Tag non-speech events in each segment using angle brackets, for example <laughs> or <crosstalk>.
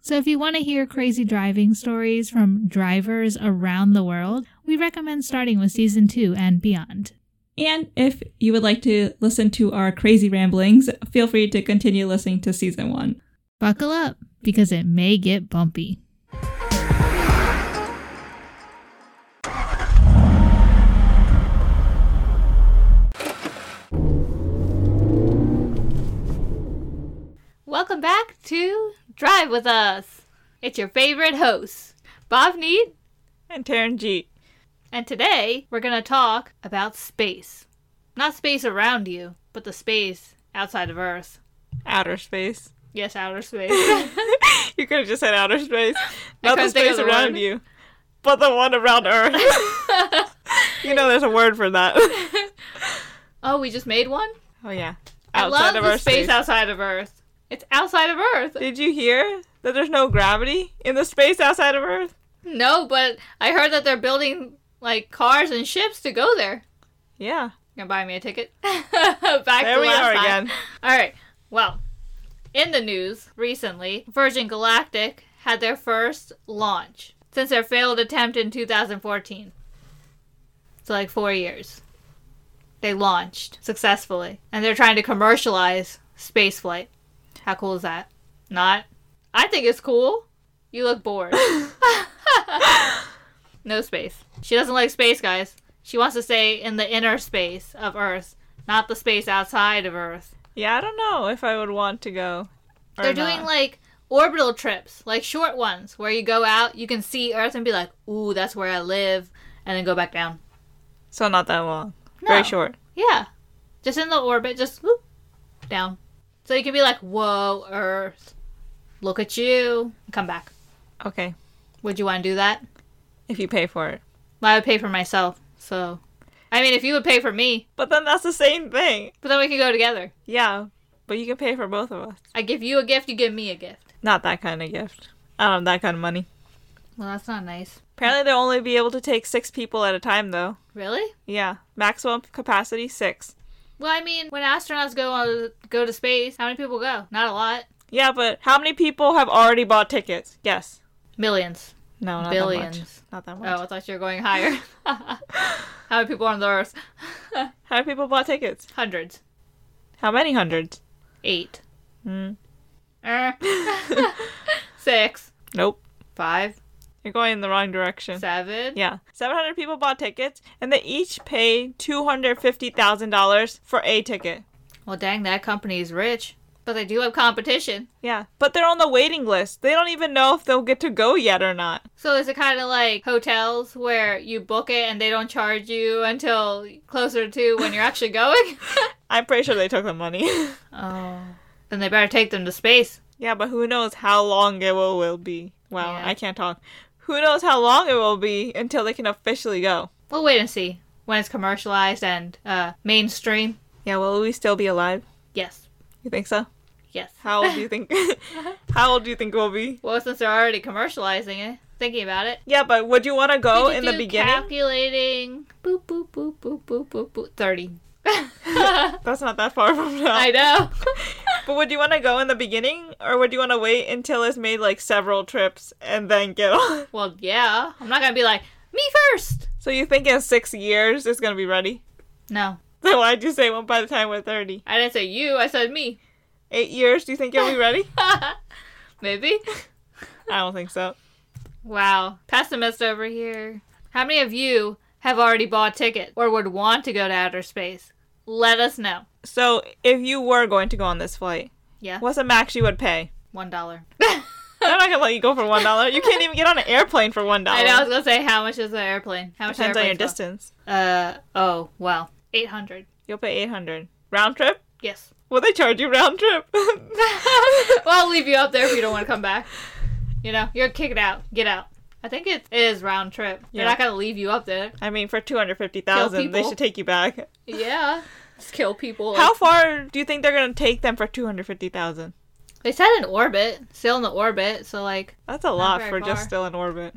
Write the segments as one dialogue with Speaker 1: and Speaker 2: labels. Speaker 1: So if you want to hear crazy driving stories from drivers around the world, we recommend starting with season two and beyond.
Speaker 2: And if you would like to listen to our crazy ramblings, feel free to continue listening to season one.
Speaker 1: Buckle up because it may get bumpy.
Speaker 3: Welcome back to Drive with Us. It's your favorite host, Bob Need,
Speaker 4: And Taryn G.
Speaker 3: and today we're going to talk about space. Not space around you, but the space outside of Earth.
Speaker 4: Outer space.
Speaker 3: Yes, outer space.
Speaker 4: You could have just said outer
Speaker 3: <laughs>
Speaker 4: space. Not the
Speaker 3: couldn't think of
Speaker 4: space
Speaker 3: the
Speaker 4: around
Speaker 3: word.
Speaker 4: you, but the one around
Speaker 3: <laughs>
Speaker 4: Earth. you know there's a word for that.
Speaker 3: oh, we just made one?
Speaker 4: oh, yeah.
Speaker 3: I love the
Speaker 4: our
Speaker 3: space outside of Earth. It's outside of Earth.
Speaker 4: Did you hear that there's no gravity in the space outside of Earth?
Speaker 3: No, but I heard that they're building like cars and ships to go there.
Speaker 4: Yeah.
Speaker 3: Gonna buy me a ticket. <laughs> Back
Speaker 4: There
Speaker 3: to
Speaker 4: we
Speaker 3: last
Speaker 4: are
Speaker 3: time.
Speaker 4: again.
Speaker 3: <laughs> All right. Well, in the news recently, Virgin Galactic had their first launch since their failed attempt in 2014. So, like four years. They launched successfully, and they're trying to commercialize spaceflight. How cool is that? Not? I think it's cool. You look bored. no space. She doesn't like space, guys. She wants to stay in the inner space of Earth, not the space outside of Earth.
Speaker 4: Yeah, I don't know if I would want to go. or
Speaker 3: They're
Speaker 4: not.
Speaker 3: doing like orbital trips, like short ones, where you go out, you can see Earth and be like, "Ooh, that's where I live," and then go back down.
Speaker 4: So, not that long.
Speaker 3: No.
Speaker 4: Very short.
Speaker 3: Yeah, just in the orbit, just whoop, down. So you can be like, "Whoa, Earth, look at you," and come back.
Speaker 4: Okay.
Speaker 3: Would you want to do that?
Speaker 4: If you pay for it.
Speaker 3: I would pay for myself. So, I mean, if you would pay for me,
Speaker 4: But then that's the same thing.
Speaker 3: but then we could go together.
Speaker 4: Yeah. But you can pay for both of us.
Speaker 3: I give you a gift, you give me a gift.
Speaker 4: Not that kind of gift. I don't have that kind of money.
Speaker 3: Well, that's not nice.
Speaker 4: Apparently, they'll only be able to take six people at a time, though.
Speaker 3: Really?
Speaker 4: Yeah, maximum capacity six.
Speaker 3: Well, I mean, when astronauts go on, go to space, how many people go? Not a lot.
Speaker 4: Yeah, but how many people have already bought tickets? Yes.
Speaker 3: Millions.
Speaker 4: No, not that much.
Speaker 3: Billions.
Speaker 4: Not that much.
Speaker 3: Oh, I thought you were going <laughs> higher. How many people on the earth?
Speaker 4: How many people bought tickets?
Speaker 3: Hundreds.
Speaker 4: How many hundreds?
Speaker 3: Eight.
Speaker 4: Hmm.
Speaker 3: <laughs> Er. Six.
Speaker 4: Nope.
Speaker 3: Five.
Speaker 4: You're going in the wrong direction.
Speaker 3: Seven.
Speaker 4: Yeah, 700 people bought tickets, and they each paid $250,000 for a ticket.
Speaker 3: Well, dang, that company is rich. But they do have competition.
Speaker 4: Yeah, but they're on the waiting list. They don't even know if they'll get to go yet or not.
Speaker 3: So is it kind of like hotels where you book it and they don't charge you until closer to when you're actually going?
Speaker 4: I'm pretty sure they took the money.
Speaker 3: <laughs>
Speaker 4: <laughs>
Speaker 3: oh. Then they better take them to space.
Speaker 4: Yeah, but who knows how long it will, will be. Well,
Speaker 3: Yeah.
Speaker 4: I can't talk. Who knows how long it will be until they can officially go?
Speaker 3: We'll wait and see when it's commercialized and uh, mainstream.
Speaker 4: Yeah, will we still be alive?
Speaker 3: Yes.
Speaker 4: You think so?
Speaker 3: Yes.
Speaker 4: How old do you
Speaker 3: <laughs>
Speaker 4: think? <laughs> how old do you think we'll be?
Speaker 3: Well, since they're already commercializing it, thinking about it.
Speaker 4: Yeah, but would you want to go
Speaker 3: Did
Speaker 4: Oh, in
Speaker 3: you
Speaker 4: the
Speaker 3: do
Speaker 4: beginning?
Speaker 3: Calculating. Boop, boop, boop, boop, boop, boop, boop. 30.
Speaker 4: <laughs> That's not that far from now.
Speaker 3: I know.
Speaker 4: But would you want to go in the beginning, or would you want to wait until it's made like several trips and then get on?
Speaker 3: <laughs> well, yeah. I'm not going to be like, me first.
Speaker 4: <laughs> So you think in six years it's gonna be ready? <laughs>
Speaker 3: No.
Speaker 4: Then why'd you say one by the time we're thirty?
Speaker 3: I didn't say you. I said me. <laughs>
Speaker 4: Eight years? Do you think it'll be ready?
Speaker 3: Maybe.
Speaker 4: I don't think so.
Speaker 3: Wow. Pessimist over here. How many of you have already bought tickets or would want to go to outer space? Let us know.
Speaker 4: So, if you were going to go on this flight,
Speaker 3: Yeah.
Speaker 4: what's the max you would
Speaker 3: <laughs>
Speaker 4: pay?
Speaker 3: One dollar.
Speaker 4: I'm not gonna let you go for one dollar. You can't even get on an airplane for one dollar.
Speaker 3: I know. I was going to say, how much is the airplane? How much
Speaker 4: Oh. Depends on your
Speaker 3: airplanes cost?
Speaker 4: distance.
Speaker 3: Uh, oh, well. 800.
Speaker 4: You'll pay eight hundred round trip. <laughs>
Speaker 3: Yes.
Speaker 4: Will they charge you round trip? <laughs>
Speaker 3: well, I'll leave you up there if you don't want to come back. You know, you're kicked out. Get out. I think it is round trip. They're
Speaker 4: Yeah.
Speaker 3: not gonna leave you up there.
Speaker 4: I mean, for two hundred fifty
Speaker 3: Kill
Speaker 4: thousand, they
Speaker 3: people.
Speaker 4: should take you back.
Speaker 3: Yeah. Just kill people.
Speaker 4: How far do you think they're gonna take them for two hundred fifty thousand?
Speaker 3: They said in orbit. Still in the orbit, so like
Speaker 4: That's a lot
Speaker 3: very
Speaker 4: for just
Speaker 3: far.
Speaker 4: still in orbit.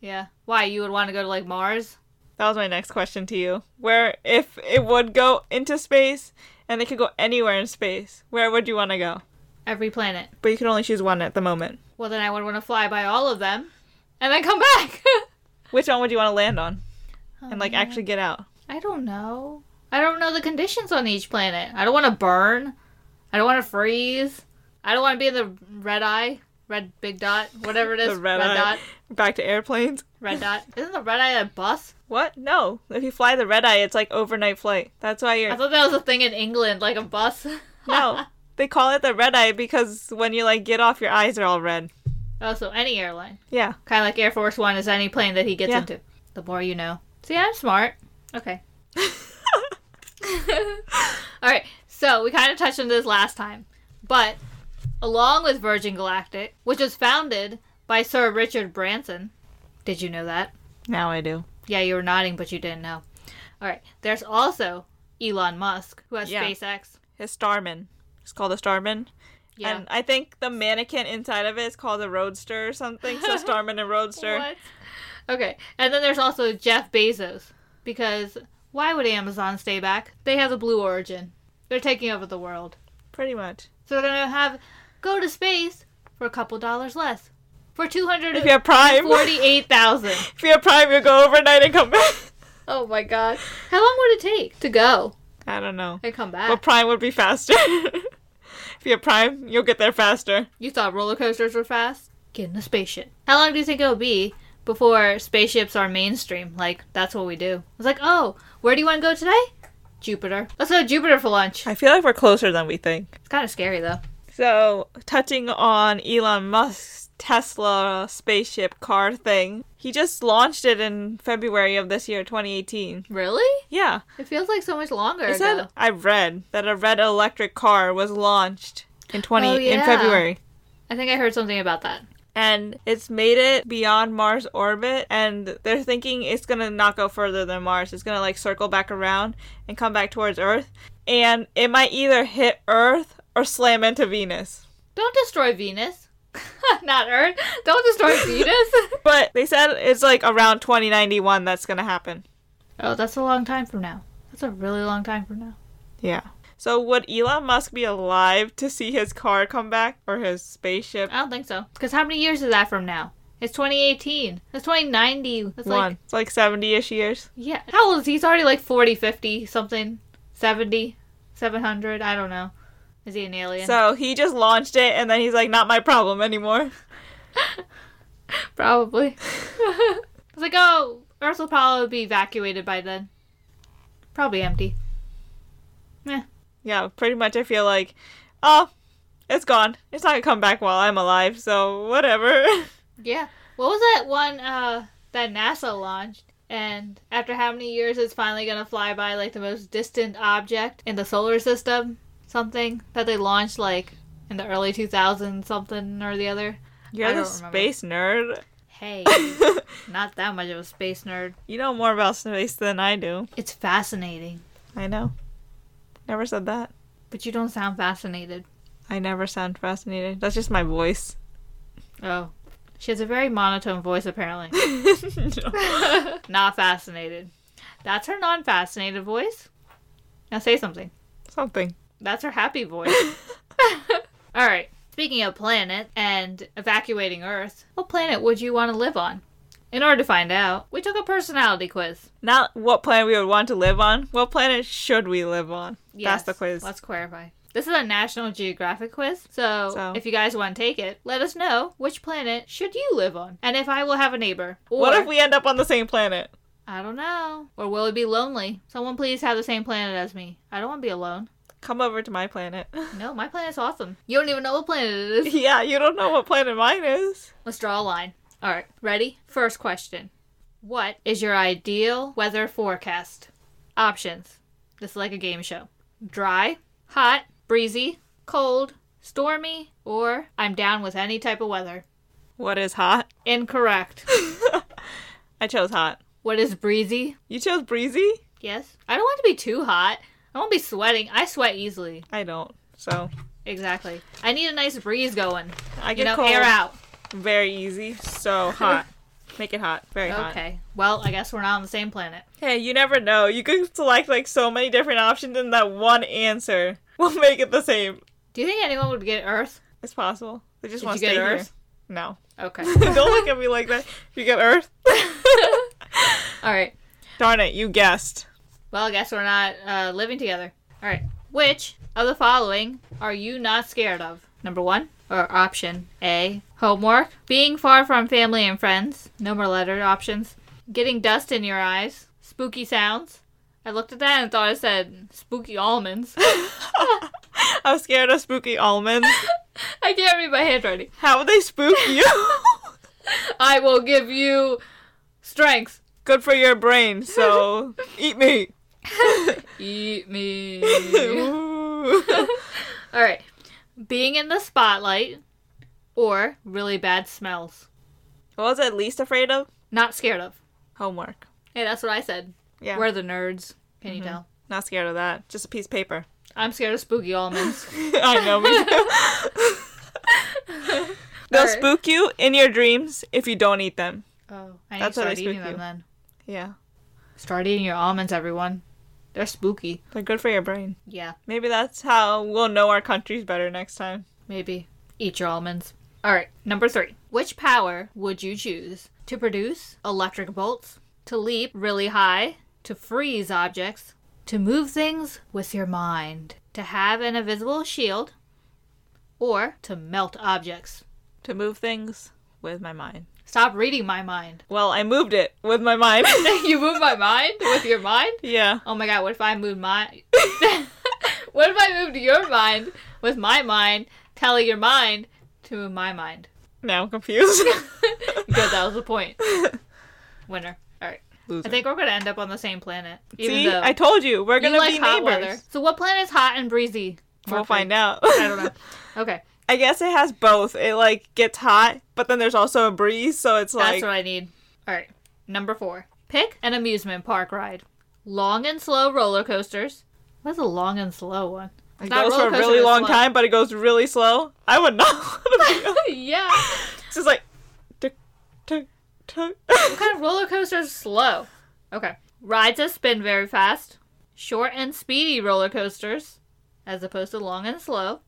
Speaker 3: yeah. Why, you would want to go to like Mars?
Speaker 4: That was my next question to you. Where if it would go into space and it could go anywhere in space, where would you want to go?
Speaker 3: Every planet.
Speaker 4: But you can only choose one at the moment.
Speaker 3: Well then I would want to fly by all of them and then come back. <laughs>
Speaker 4: Which one would you want to land on and like actually get out?
Speaker 3: I don't know. I don't know the conditions on each planet. I don't want to burn. I don't want to freeze. I don't want to be in the red eye, red big dot, whatever it is.
Speaker 4: <laughs> The red, eye.
Speaker 3: dot,
Speaker 4: Back to airplanes.
Speaker 3: red dot. Isn't the red eye a bus?
Speaker 4: What? No. If you fly the red eye, it's like overnight flight. That's why <laughs>
Speaker 3: I
Speaker 4: you're
Speaker 3: thought that was a thing in England, like a bus. <laughs>
Speaker 4: no. They call it the red eye because when you like get off, your eyes are all red.
Speaker 3: Oh, so any airline.
Speaker 4: Yeah.
Speaker 3: Kind of like Air Force One is any plane that he gets
Speaker 4: Yeah.
Speaker 3: into. The more you know. See, I'm smart. Okay. <laughs> All right. So we kind of touched on this last time, but along with Virgin Galactic, which was founded by Sir Richard Branson, did you know that?
Speaker 4: Now I do.
Speaker 3: Yeah, you were nodding, but you didn't know. All right. There's also Elon Musk, who has
Speaker 4: Yeah.
Speaker 3: SpaceX.
Speaker 4: His starman. It's called a starman.
Speaker 3: Yeah.
Speaker 4: And I think the mannequin inside of it is called a roadster or something. <laughs> So starman and roadster.
Speaker 3: What? Okay. And then there's also Jeff Bezos. Because why would Amazon stay back? They have the blue origin. They're taking over the world.
Speaker 4: Pretty much.
Speaker 3: So they're gonna have go to space for a couple dollars less. For two hundred
Speaker 4: If you have prime,
Speaker 3: forty eight thousand.
Speaker 4: if you have prime, you go overnight and come back.
Speaker 3: <laughs>
Speaker 4: <laughs>
Speaker 3: Oh my god. How long would it take to go
Speaker 4: I don't know.
Speaker 3: and come
Speaker 4: But
Speaker 3: back?
Speaker 4: prime would be faster. <laughs> if you have prime, you'll get there faster.
Speaker 3: You thought roller coasters were fast? Get in a spaceship. How long do you think it'll be before spaceships are mainstream? Like, that's what we do. It's like, oh, where do you wanna go today? Jupiter. Let's go to Jupiter for lunch.
Speaker 4: I feel like we're closer than we think.
Speaker 3: It's kind of scary though.
Speaker 4: So, touching on Elon Musk's Tesla spaceship car thing, he just launched it in February of this year, 2018.
Speaker 3: Really?
Speaker 4: Yeah.
Speaker 3: It feels like so much longer
Speaker 4: It
Speaker 3: ago.
Speaker 4: said I read that a red electric car was launched in 20
Speaker 3: Oh,
Speaker 4: in
Speaker 3: yeah.
Speaker 4: February.
Speaker 3: I think I heard something about that.
Speaker 4: And it's made it beyond Mars orbit, and they're thinking it's gonna not go further than Mars. It's gonna like circle back around and come back towards Earth, and it might either hit Earth or slam into Venus.
Speaker 3: Don't destroy Venus. <laughs> Not Earth. Don't <laughs> destroy Venus.
Speaker 4: But they said it's like around 2091 that's gonna happen.
Speaker 3: oh, that's a long time from now. That's a really long time from now.
Speaker 4: Yeah. So would Elon Musk be alive to see his car come back or his spaceship?
Speaker 3: I don't think so. Because how many years is that from now? It's 2018. It's 2090. That's
Speaker 4: One.
Speaker 3: like,
Speaker 4: It's like 70ish years.
Speaker 3: yeah. How old is he? He's already like 40, 50, something. 70, 700. I don't know. Is he an alien?
Speaker 4: So he just launched it and then he's like, not my problem anymore. <laughs>
Speaker 3: <laughs> Probably. it's like, oh, Earth will probably be evacuated by then. Probably empty.
Speaker 4: Yeah, pretty much I feel like, oh, it's gone. It's not gonna come back while I'm alive, so whatever. <laughs>
Speaker 3: Yeah. What was that one uh that NASA launched? And after how many years it's finally gonna fly by like the most distant object in the solar system? Something that they launched like in the early 2000s, something or the other.
Speaker 4: You're
Speaker 3: I
Speaker 4: the
Speaker 3: don't remember.
Speaker 4: space nerd.
Speaker 3: Hey, not that much of a space nerd.
Speaker 4: you know more about space than I do.
Speaker 3: It's fascinating,
Speaker 4: I know. Never said that.
Speaker 3: but you don't sound fascinated.
Speaker 4: I never sound fascinated. That's just my voice. <laughs>
Speaker 3: Oh, she has a very monotone voice apparently.
Speaker 4: No.
Speaker 3: not fascinated. That's her non-fascinated voice. Now say something.
Speaker 4: Something.
Speaker 3: That's her
Speaker 4: <laughs>
Speaker 3: happy voice. All right. Speaking of planet and evacuating Earth, what planet would you want to live on? In order to find out, we took a personality quiz.
Speaker 4: Not what planet we would want to live on. What planet should we live on? That's the quiz.
Speaker 3: Let's clarify. This is a National Geographic quiz, so,
Speaker 4: So.
Speaker 3: if you guys want to take it, let us know which planet should you live on, and if I will have a neighbor. Or,
Speaker 4: What if we end up on the same planet?
Speaker 3: I don't know. Or will it be lonely? Someone please have the same planet as me. I don't want to be alone.
Speaker 4: Come over to my planet. <laughs>
Speaker 3: No, my planet's awesome. You don't even know what planet it is.
Speaker 4: yeah, you don't know what planet mine is.
Speaker 3: Let's draw a line. All right, ready? First question What is your ideal weather forecast? Options. This is like a game show dry, hot, breezy, cold, stormy, or I'm down with any type of weather.
Speaker 4: What is hot? <laughs>
Speaker 3: Incorrect.
Speaker 4: I chose hot.
Speaker 3: What is breezy?
Speaker 4: You chose breezy?
Speaker 3: Yes. I don't want to be too hot. I won't be sweating. I sweat easily.
Speaker 4: I don't. So
Speaker 3: Exactly. I need a nice breeze going.
Speaker 4: I get
Speaker 3: You know,
Speaker 4: cold
Speaker 3: air out.
Speaker 4: very easy. So
Speaker 3: <laughs>
Speaker 4: hot. Make it hot. Very hot.
Speaker 3: Okay. Well, I guess we're not on the same planet.
Speaker 4: Hey, you never know. You could select like so many different options and that one answer will <laughs> make it the same.
Speaker 3: Do you think anyone would get Earth?
Speaker 4: It's possible. They just
Speaker 3: Did
Speaker 4: want
Speaker 3: you
Speaker 4: to
Speaker 3: get
Speaker 4: stay here.
Speaker 3: Earth?
Speaker 4: No. <laughs>
Speaker 3: Okay.
Speaker 4: Don't look at me like that. You get Earth?
Speaker 3: All right.
Speaker 4: Darn it, you guessed.
Speaker 3: Well, I guess we're not uh, living together. All right. Which of the following are you not scared of? Number one, or option A, homework, being far from family and friends. No more letter options. Getting dust in your eyes, spooky sounds. I looked at that and thought it said spooky almonds. <laughs>
Speaker 4: I'm scared of spooky almonds.
Speaker 3: I can't read my handwriting.
Speaker 4: How would they spook you?
Speaker 3: I will give you strength.
Speaker 4: Good for your brain, so eat me.
Speaker 3: Eat me.
Speaker 4: Ooh.
Speaker 3: All right. Being in the spotlight or really bad smells.
Speaker 4: what was I least afraid of?
Speaker 3: Not scared of.
Speaker 4: Homework.
Speaker 3: Hey, that's what I said.
Speaker 4: Yeah. Mm-hmm.
Speaker 3: We're the nerds. Can you tell?
Speaker 4: Not scared of that. Just a piece of paper.
Speaker 3: I'm scared of spooky
Speaker 4: <laughs>
Speaker 3: almonds.
Speaker 4: I know me too. They'll
Speaker 3: Alright.
Speaker 4: spook you in your dreams if you don't eat them.
Speaker 3: oh, I need
Speaker 4: That's
Speaker 3: to
Speaker 4: how they
Speaker 3: start eating
Speaker 4: spook
Speaker 3: them
Speaker 4: you.
Speaker 3: then.
Speaker 4: Yeah.
Speaker 3: Start eating your almonds, everyone. They're spooky.
Speaker 4: They're good for your brain.
Speaker 3: Yeah,
Speaker 4: Maybe that's how we'll know our countries better next time.
Speaker 3: maybe. Eat your almonds. All right, number three. Which power would you choose to produce electric bolts, to leap really high, to freeze objects, to move things with your mind, to have an invisible shield, or to melt objects?
Speaker 4: To move things with my mind.
Speaker 3: Stop reading my mind. <laughs>
Speaker 4: Well, I moved it with my mind.
Speaker 3: you move my mind with your mind?
Speaker 4: <laughs> yeah.
Speaker 3: Oh my god, what if I moved my <laughs> What if I moved your mind with my mind, telling your mind to move my mind?
Speaker 4: Now I'm confused.
Speaker 3: Good, that was
Speaker 4: <laughs>
Speaker 3: the point. Winner. Alright. I think we're gonna end up on the same planet. Even
Speaker 4: See,
Speaker 3: though
Speaker 4: I told you we're
Speaker 3: you
Speaker 4: gonna
Speaker 3: like
Speaker 4: be
Speaker 3: hot
Speaker 4: neighbors.
Speaker 3: weather. So what planet's hot and breezy?
Speaker 4: We'll
Speaker 3: Mercury.
Speaker 4: find out.
Speaker 3: I don't know. Okay.
Speaker 4: <laughs> I guess it has both. It like gets hot, but then there's also a breeze, so it's like
Speaker 3: That's what I need. All right. Number four. Pick an amusement park ride. Long and slow roller coasters. What's a long and slow one? It's
Speaker 4: it
Speaker 3: not
Speaker 4: goes for a
Speaker 3: roller coaster,
Speaker 4: really
Speaker 3: it's
Speaker 4: long
Speaker 3: slow.
Speaker 4: time, but it goes really slow. I would not <laughs> want to be on-
Speaker 3: <laughs> yeah.
Speaker 4: It's just like tick, tick, <laughs> tick.
Speaker 3: What kind of roller coaster is slow? Okay. Rides that spin very fast. Short and speedy roller coasters, as opposed to long and slow.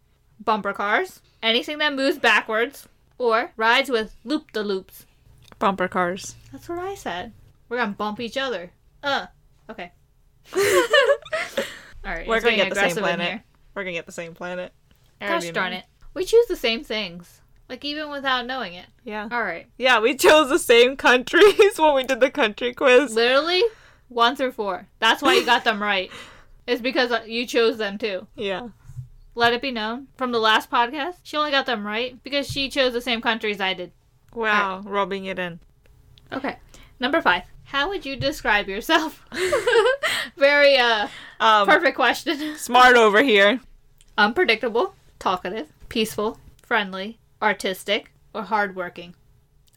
Speaker 3: Bumper cars. Anything that moves backwards. Or rides with loop the loops.
Speaker 4: Bumper cars.
Speaker 3: That's what I said. We're gonna bump each other. Uh. Okay.
Speaker 4: <laughs>
Speaker 3: All right.
Speaker 4: We're
Speaker 3: it's
Speaker 4: gonna
Speaker 3: getting
Speaker 4: get the same
Speaker 3: aggressive in
Speaker 4: planet.
Speaker 3: here.
Speaker 4: We're gonna get the same planet. I
Speaker 3: Gosh
Speaker 4: already
Speaker 3: darn
Speaker 4: know.
Speaker 3: it. We choose the same things. Like even without knowing it.
Speaker 4: Yeah.
Speaker 3: Alright.
Speaker 4: Yeah, we chose the same countries <laughs> when we did the country quiz.
Speaker 3: Literally one through four. That's why you got them right. It's because uh, you chose them too.
Speaker 4: Yeah.
Speaker 3: Let it be known from the last podcast, she only got them right because she chose the same countries I did.
Speaker 4: Wow, rubbing it in.
Speaker 3: Okay. Number five. How would you describe yourself? <laughs> Very uh
Speaker 4: Um,
Speaker 3: perfect question.
Speaker 4: smart over here.
Speaker 3: Unpredictable, talkative, peaceful, friendly, artistic, or hardworking.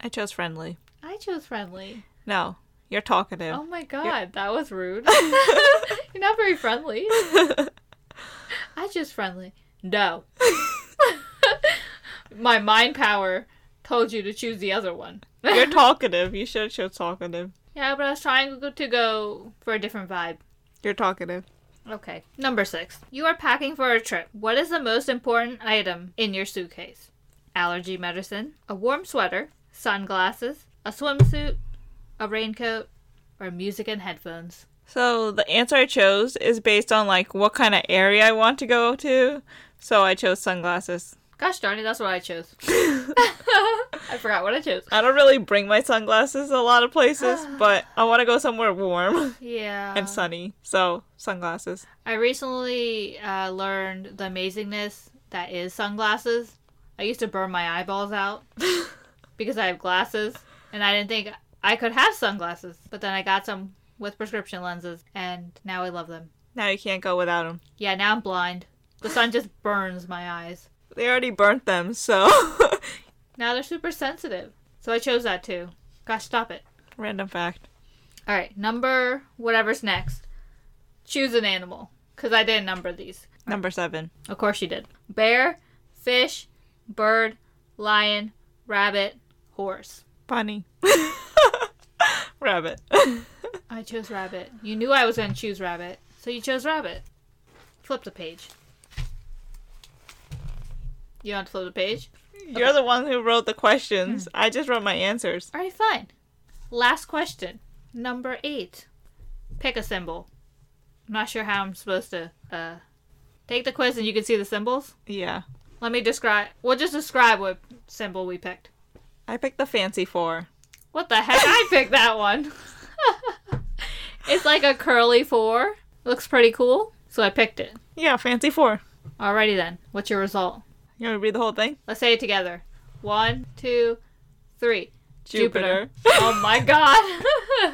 Speaker 4: I chose friendly.
Speaker 3: I chose friendly.
Speaker 4: No, you're talkative.
Speaker 3: Oh my god, that was rude. You're not very friendly. I just friendly. No. my mind power told you to choose the other one. <laughs>
Speaker 4: you're talkative. You should have chose talkative.
Speaker 3: yeah, but I was trying to go for a different vibe.
Speaker 4: You're talkative.
Speaker 3: Okay. Number six. You are packing for a trip. What is the most important item in your suitcase? Allergy medicine, a warm sweater, sunglasses, a swimsuit, a raincoat, or music and headphones.
Speaker 4: So the answer I chose is based on like what kind of area I want to go to. So I chose sunglasses.
Speaker 3: Gosh darn it, that's what I chose. <laughs> I forgot what I chose.
Speaker 4: I don't really bring my sunglasses a lot of places, but I want to go somewhere
Speaker 3: <laughs>
Speaker 4: warm
Speaker 3: Yeah.
Speaker 4: and sunny. So sunglasses.
Speaker 3: I recently uh, learned the amazingness that is sunglasses. I used to burn my eyeballs out because I have glasses, and I didn't think I could have sunglasses. But then I got some with prescription lenses, and now I love them.
Speaker 4: Now you can't go without them.
Speaker 3: Yeah, now I'm blind. The sun just burns my eyes.
Speaker 4: They already burnt them, so <laughs>
Speaker 3: Now they're super sensitive. So I chose that too. Gosh, stop it.
Speaker 4: Random fact.
Speaker 3: All right, number whatever's next. Choose an animal, because I didn't number these.
Speaker 4: Number seven.
Speaker 3: Of course you did. Bear, fish, bird, lion, rabbit, horse.
Speaker 4: Bunny. <laughs> Rabbit.
Speaker 3: I chose rabbit. You knew I was going to choose rabbit, so you chose rabbit. Flip the page. You want to flip the page?
Speaker 4: You're the one who wrote the questions. I just wrote my answers.
Speaker 3: All right, fine. Last question, number eight. Pick a symbol. I'm not sure how I'm supposed to uh, take the quiz, and you can see the symbols.
Speaker 4: Yeah.
Speaker 3: Let me describe. We'll just describe what symbol we picked.
Speaker 4: I picked the fancy four.
Speaker 3: What the heck? I picked that one. <laughs> it's like a curly four. Looks pretty cool, so I picked it.
Speaker 4: Yeah, fancy four.
Speaker 3: Alrighty then. What's your result?
Speaker 4: You want to read the whole thing?
Speaker 3: Let's say it together. One, two, three. Jupiter. <laughs> Oh my god.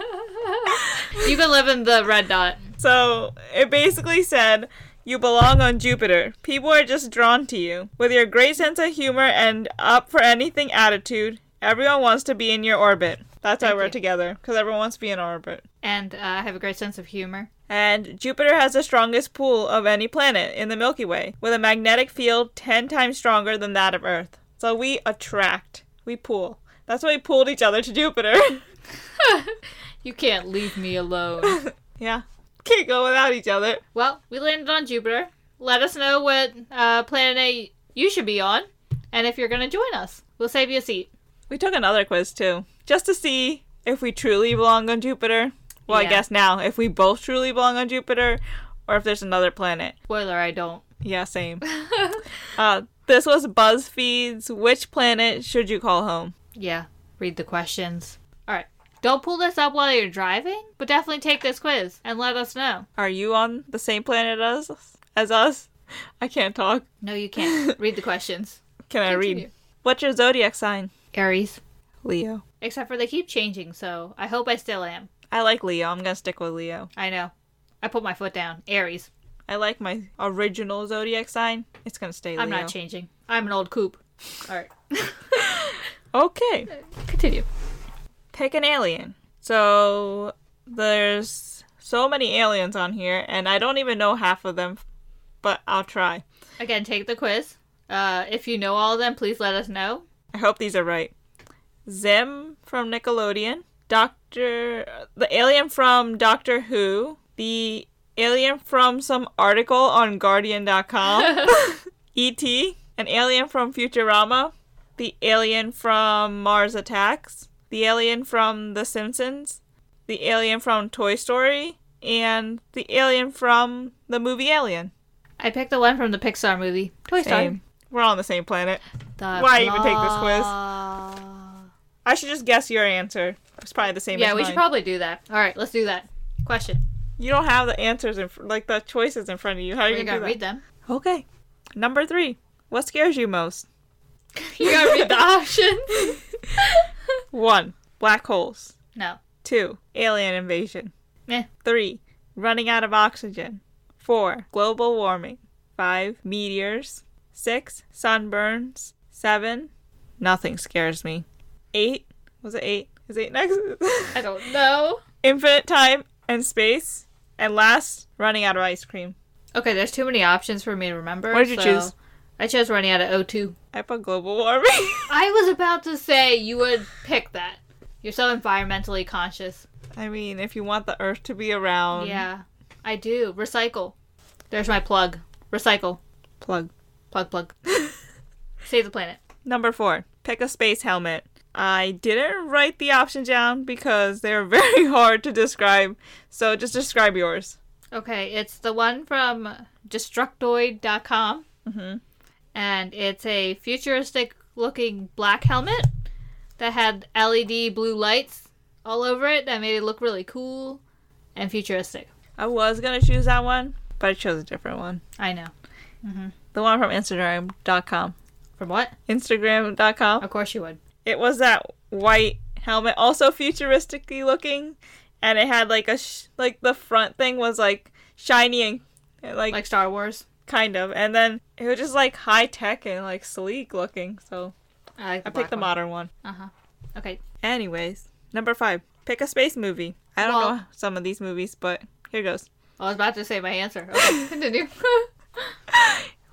Speaker 3: you can live in the red dot.
Speaker 4: So it basically said, You belong on Jupiter. People are just drawn to you. With your great sense of humor and up for anything attitude, everyone wants to be in your orbit. That's why
Speaker 3: Thank
Speaker 4: we're
Speaker 3: you.
Speaker 4: together, because everyone wants to be in orbit.
Speaker 3: And uh, I have a great sense of humor.
Speaker 4: And Jupiter has the strongest pull of any planet in the Milky Way, with a magnetic field 10 times stronger than that of Earth. So we attract, we pull. That's why we pulled each other to Jupiter. <laughs>
Speaker 3: You can't leave me alone.
Speaker 4: yeah. Can't go without each other.
Speaker 3: well, we landed on Jupiter. Let us know what uh, planet A you should be on, and if you're going to join us. We'll save you a seat.
Speaker 4: We took another quiz too, just to see if we truly belong on Jupiter. Well,
Speaker 3: Yeah.
Speaker 4: I guess now if we both truly belong on Jupiter, or if there's another planet.
Speaker 3: Spoiler, I don't.
Speaker 4: Yeah, same. uh, this was BuzzFeed's "Which planet should you call home?"
Speaker 3: Yeah, read the questions. All right. Don't pull this up while you're driving, but definitely take this quiz and let us know.
Speaker 4: Are you on the same planet as as us? I can't talk.
Speaker 3: No, you can't. <laughs> read the questions.
Speaker 4: Can I
Speaker 3: Continue.
Speaker 4: read? What's your zodiac sign?
Speaker 3: Aries.
Speaker 4: Leo.
Speaker 3: Except for they keep changing, so I hope I still am.
Speaker 4: I like Leo. I'm gonna stick with Leo.
Speaker 3: I know. I put my foot down. Aries.
Speaker 4: I like my original zodiac sign. It's gonna stay Leo.
Speaker 3: I'm not changing. I'm an old coop. All right.
Speaker 4: Okay.
Speaker 3: <laughs> Continue.
Speaker 4: pick an alien. So there's so many aliens on here, and I don't even know half of them, but I'll try.
Speaker 3: Again, take the quiz. Uh, if you know all of them, please let us know.
Speaker 4: I hope these are right. Zim from Nickelodeon, Doctor, the alien from Doctor Who, the alien from some article on
Speaker 3: <laughs>
Speaker 4: Guardian.com, E.T., E an alien from Futurama, the alien from Mars Attacks, the alien from The Simpsons, the alien from Toy Story, and the alien from the movie Alien.
Speaker 3: I picked the one from the Pixar movie, Toy Story.
Speaker 4: Same. We're all on the same planet.
Speaker 3: The
Speaker 4: Why even take this quiz?
Speaker 3: flaw.
Speaker 4: I should just guess your answer. It's probably the same as
Speaker 3: Yeah, we
Speaker 4: mine.
Speaker 3: should probably do that. All right, let's do that. Question.
Speaker 4: You don't have the answers in fr- like the choices in front of you. How are
Speaker 3: You're
Speaker 4: you
Speaker 3: gonna
Speaker 4: gonna
Speaker 3: read them.
Speaker 4: that? Okay. Number three. What scares you most?
Speaker 3: You
Speaker 4: <laughs>
Speaker 3: gotta read the options.
Speaker 4: One. Black holes.
Speaker 3: No.
Speaker 4: Two. Alien invasion.
Speaker 3: Eh.
Speaker 4: Three. Running out of oxygen. Four. Global warming. Five. Meteors. Six. Sunburns. Seven. Nothing scares me. Eight. Was it eight? Is eight next? <laughs>
Speaker 3: I don't know.
Speaker 4: Infinite time and space. And last, running out of ice cream.
Speaker 3: Okay, there's too many options for me to remember.
Speaker 4: What did you
Speaker 3: so
Speaker 4: choose?
Speaker 3: I chose running out of O2.
Speaker 4: I put global warming. <laughs>
Speaker 3: I was about to say you would pick that. You're so environmentally conscious.
Speaker 4: I mean, if you want the Earth to be around,
Speaker 3: yeah, I do. Recycle. There's my plug. Recycle.
Speaker 4: Plug. <laughs>
Speaker 3: Plug, plug. Save the planet.
Speaker 4: Number four, pick a space helmet. I didn't write the options down because they're <laughs> very hard to describe. So just describe yours.
Speaker 3: Okay, it's the one from destructoid.com. Mm-hmm. And it's a futuristic looking black helmet that had LED blue lights all over it that made it look really cool and futuristic.
Speaker 4: I was gonna choose that one, but I chose a different one.
Speaker 3: I know.
Speaker 4: The one from Instagram.com.
Speaker 3: From what?
Speaker 4: Instagram.com.
Speaker 3: Of course you would.
Speaker 4: It was that white helmet, also futuristically looking, and it had like a sh- like the front thing was like shiny and and, like
Speaker 3: Like Star Wars.
Speaker 4: kind of. And then it was just like high tech and like sleek looking. So
Speaker 3: I, like the
Speaker 4: I picked the
Speaker 3: black one.
Speaker 4: modern one.
Speaker 3: Uh huh. Okay.
Speaker 4: Anyways, number five, Pick a space movie. I don't
Speaker 3: Well-
Speaker 4: know some of these movies, but here goes.
Speaker 3: I was about to say my <laughs> answer. Okay, continue.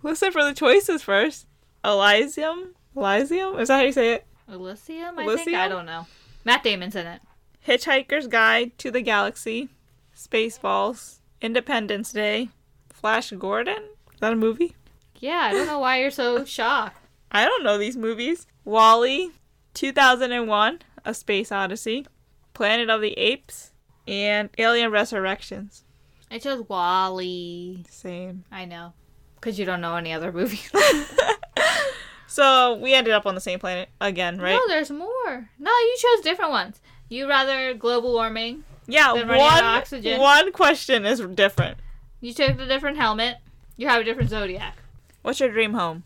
Speaker 4: Listen for the choices first. Elysium? Elysium? Is that how you say it?
Speaker 3: Elysium, I think? I
Speaker 4: Elysium?
Speaker 3: don't know. Matt Damon's in it.
Speaker 4: Hitchhiker's Guide to the Galaxy, Spaceballs, Independence Day, Flash Gordon? Is that a movie?
Speaker 3: Yeah, I don't know why you're so <laughs> shocked.
Speaker 4: I don't know these movies. Wally, 2001, A Space Odyssey, Planet of the Apes, and Alien Resurrections.
Speaker 3: I chose Wally.
Speaker 4: Same. <laughs>
Speaker 3: I know. Because you don't know any other <laughs> movies.
Speaker 4: So we ended up on the same planet again, right?
Speaker 3: No, there's more. No, you chose different ones. You rather global warming.
Speaker 4: yeah,
Speaker 3: Been running out
Speaker 4: one,
Speaker 3: of oxygen.
Speaker 4: one question is different.
Speaker 3: You took a different helmet. You have a different zodiac.
Speaker 4: What's your dream home?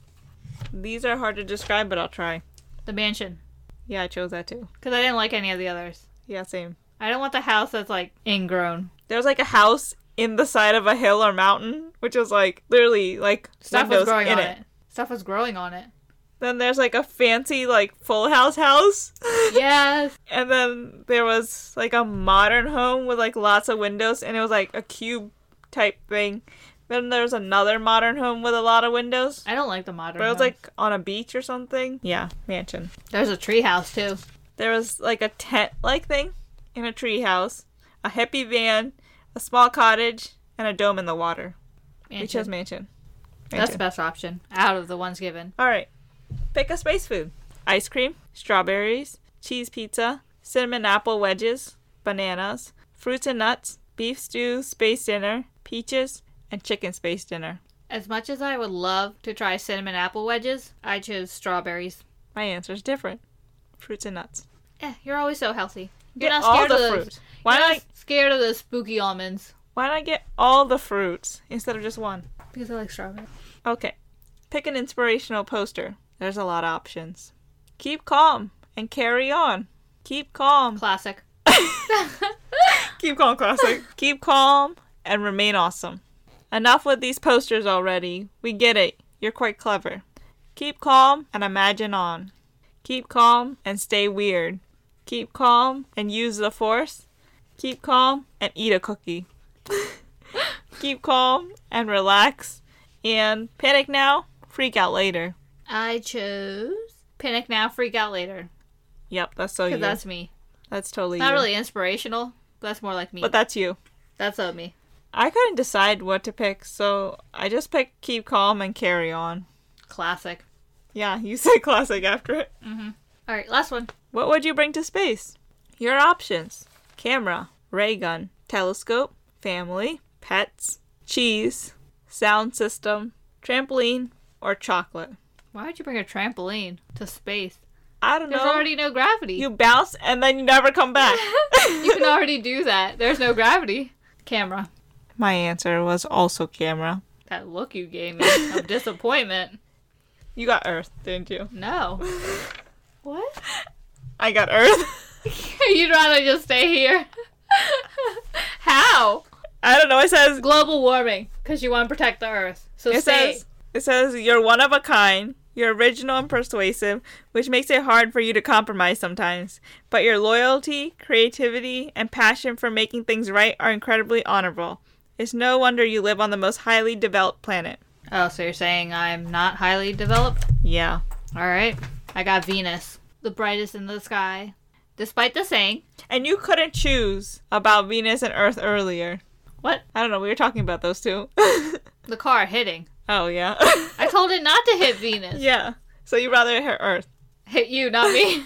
Speaker 4: These are hard to describe, but I'll try.
Speaker 3: The mansion.
Speaker 4: Yeah, I chose that too.
Speaker 3: Because I didn't like any of the others.
Speaker 4: Yeah, same.
Speaker 3: I don't want the house that's like ingrown.
Speaker 4: There's like a house in the side of a hill or mountain, which is like literally like
Speaker 3: Stuff was
Speaker 4: windows
Speaker 3: growing
Speaker 4: in
Speaker 3: on it. Stuff was growing on it. <laughs>
Speaker 4: Then there's like a fancy like full house house.
Speaker 3: Yes.
Speaker 4: And then there was like a modern home with like lots of windows, and it was like a cube type thing. Then there was another modern home with a lot of windows,
Speaker 3: I don't like the modern.
Speaker 4: but it was
Speaker 3: homes.
Speaker 4: like on a beach or something. Yeah, mansion.
Speaker 3: there's a tree house too.
Speaker 4: There was like a tent like thing in a tree house, a hippie van, a small cottage, and a dome in the water. We chose mansion.
Speaker 3: Mansion. That's the
Speaker 4: Mansion.
Speaker 3: best option out of the ones given.
Speaker 4: All right, pick a space food: ice cream, strawberries, cheese pizza, cinnamon apple wedges, bananas, fruits and nuts, beef stew, space dinner, peaches, and chicken space dinner.
Speaker 3: As much as I would love to try cinnamon apple wedges, I chose strawberries.
Speaker 4: My answer is different: fruits and nuts.
Speaker 3: Eh, you're always so healthy. You're
Speaker 4: Get
Speaker 3: not scared
Speaker 4: all the
Speaker 3: of those.
Speaker 4: fruit. Why
Speaker 3: you're
Speaker 4: not?
Speaker 3: not scared of those spooky almonds
Speaker 4: Why not get all the fruits instead of just one?
Speaker 3: because I like strawberries.
Speaker 4: Okay. Pick an inspirational poster. There's a lot of options. Keep calm and carry on. Keep calm.
Speaker 3: Classic.
Speaker 4: Keep calm,
Speaker 3: <laughs>
Speaker 4: classic. Keep calm and remain awesome. Enough with these posters already. We get it. You're quite clever. Keep calm and imagine on. Keep calm and stay weird. Keep calm and use the force. Keep calm and eat a cookie. <laughs> Keep calm and relax. And panic now, freak out later.
Speaker 3: I chose panic now, freak out later.
Speaker 4: Yep, that's so you.
Speaker 3: Because
Speaker 4: That's,
Speaker 3: that's me.
Speaker 4: totally
Speaker 3: Not
Speaker 4: you.
Speaker 3: really inspirational. That's more like me.
Speaker 4: But that's you.
Speaker 3: that's so me.
Speaker 4: I couldn't decide what to pick, so I just picked keep calm and carry on.
Speaker 3: Classic.
Speaker 4: Yeah, <laughs> you say classic after it.
Speaker 3: All right, last one.
Speaker 4: What would you bring to space? Your options camera, ray gun, telescope, family, pets, cheese, sound system, trampoline, or chocolate.
Speaker 3: Why would you bring a trampoline to space?
Speaker 4: I don't
Speaker 3: There's
Speaker 4: know.
Speaker 3: already no gravity.
Speaker 4: You bounce and then you never come
Speaker 3: <laughs>
Speaker 4: back.
Speaker 3: you can already do that. There's no gravity. Camera.
Speaker 4: My answer was also camera.
Speaker 3: That look you gave me <laughs> of disappointment.
Speaker 4: You got Earth, didn't you?
Speaker 3: <laughs> No. What? <laughs>
Speaker 4: I got Earth. <laughs>
Speaker 3: You'd rather just stay here. <laughs> How?
Speaker 4: I don't know. It says
Speaker 3: Global warming, because you want to protect the Earth. So
Speaker 4: It
Speaker 3: stay.
Speaker 4: says it says you're one of a kind, you're original and persuasive, which makes it hard for you to compromise sometimes. But your loyalty, creativity, and passion for making things right are incredibly honorable. It's no wonder you live on the most highly developed planet.
Speaker 3: oh, so you're saying I'm not highly developed?
Speaker 4: Yeah.
Speaker 3: All right. I got Venus, the brightest in the sky. Despite the saying,
Speaker 4: And you couldn't choose about Venus and Earth earlier.
Speaker 3: what?
Speaker 4: I don't know, we were talking about those two. <laughs>
Speaker 3: The car hitting.
Speaker 4: oh yeah. <laughs>
Speaker 3: I told it not to <laughs> hit Venus.
Speaker 4: yeah. So you rather hit Earth.
Speaker 3: Hit you, not <laughs> me.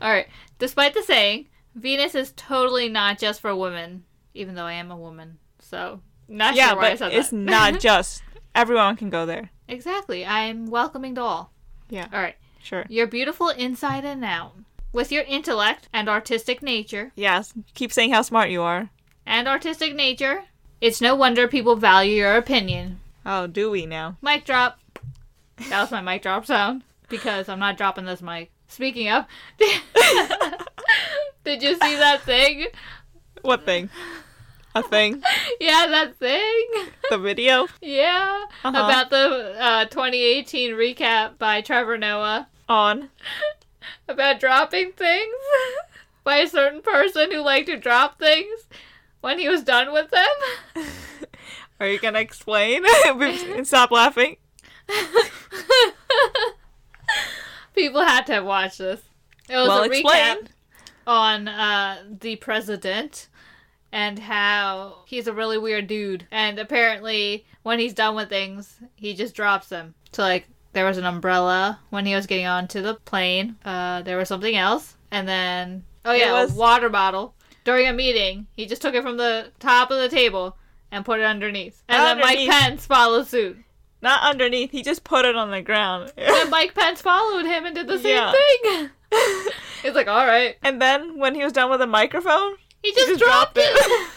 Speaker 3: All right. Despite the saying, Venus is totally not just for women, even though I am a woman. So, not
Speaker 4: yeah,
Speaker 3: sure why I
Speaker 4: but
Speaker 3: said
Speaker 4: it's
Speaker 3: that.
Speaker 4: not just everyone can go there.
Speaker 3: <laughs> exactly. I'm welcoming to all.
Speaker 4: Yeah.
Speaker 3: All right.
Speaker 4: Sure.
Speaker 3: You're beautiful inside and out. With your intellect and artistic nature,
Speaker 4: Yes. Keep saying how smart you are.
Speaker 3: and artistic nature, it's no wonder people value your opinion.
Speaker 4: Oh, do we now?
Speaker 3: Mic drop. That was my mic drop sound because I'm not dropping this mic. Speaking of, <laughs> did you see that thing?
Speaker 4: What thing? A thing?
Speaker 3: Yeah, that thing.
Speaker 4: The video?
Speaker 3: Yeah, about the uh, 2018 recap by Trevor Noah
Speaker 4: On.
Speaker 3: about dropping things. <laughs> by a certain person who liked to drop things when he was done with them. <laughs>
Speaker 4: Are you gonna explain? <laughs> and stop laughing.
Speaker 3: People had to have watched this. It was
Speaker 4: Well,
Speaker 3: a recap
Speaker 4: explain.
Speaker 3: on uh, the president and how he's a really weird dude. And apparently, when he's done with things, he just drops them. So, like, there was an umbrella when he was getting onto the plane. Uh, there was something else. And then, oh,
Speaker 4: It
Speaker 3: yeah,
Speaker 4: was-
Speaker 3: a water bottle. During a meeting, he just took it from the top of the table and put it underneath. And then
Speaker 4: Underneath.
Speaker 3: Mike Pence followed suit.
Speaker 4: Not underneath. He just put it on the ground. <laughs>
Speaker 3: And Mike Pence followed him and did the same
Speaker 4: Yeah.
Speaker 3: thing. It's like, all right.
Speaker 4: and then when he was done with the microphone,
Speaker 3: He just, dropped, it.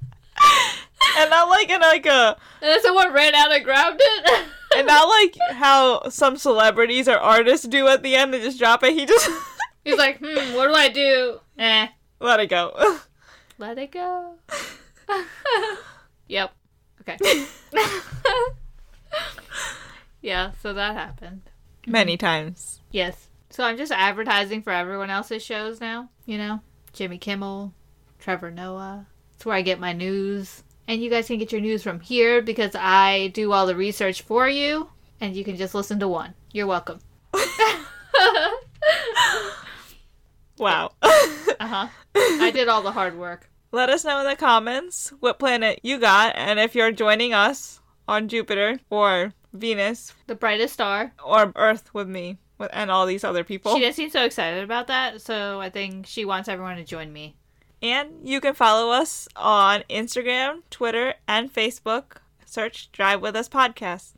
Speaker 3: <laughs>
Speaker 4: and not like in like a,
Speaker 3: and then someone ran out and grabbed it.
Speaker 4: and not like how some celebrities or artists do at the end. They just drop it. He just
Speaker 3: <laughs>
Speaker 4: <laughs>
Speaker 3: He's like, hmm, what do I do? Eh,
Speaker 4: let it go. <laughs>
Speaker 3: let it go. yep. Okay. yeah, so that happened.
Speaker 4: Many times.
Speaker 3: Yes. So I'm just advertising for everyone else's shows now, you know? Jimmy Kimmel, Trevor Noah. It's where I get my news. And you guys can get your news from here because I do all the research for you and you can just listen to one. You're welcome.
Speaker 4: Wow. <laughs>
Speaker 3: Uh huh. I did all the hard work.
Speaker 4: Let us know in the comments what planet you got and if you're joining us on Jupiter or Venus
Speaker 3: The brightest star.
Speaker 4: or Earth with me with, and all these other people.
Speaker 3: She didn't seem so excited about that, so I think she wants everyone to join me.
Speaker 4: And you can follow us on Instagram, Twitter, and Facebook. Search Drive With Us Podcast.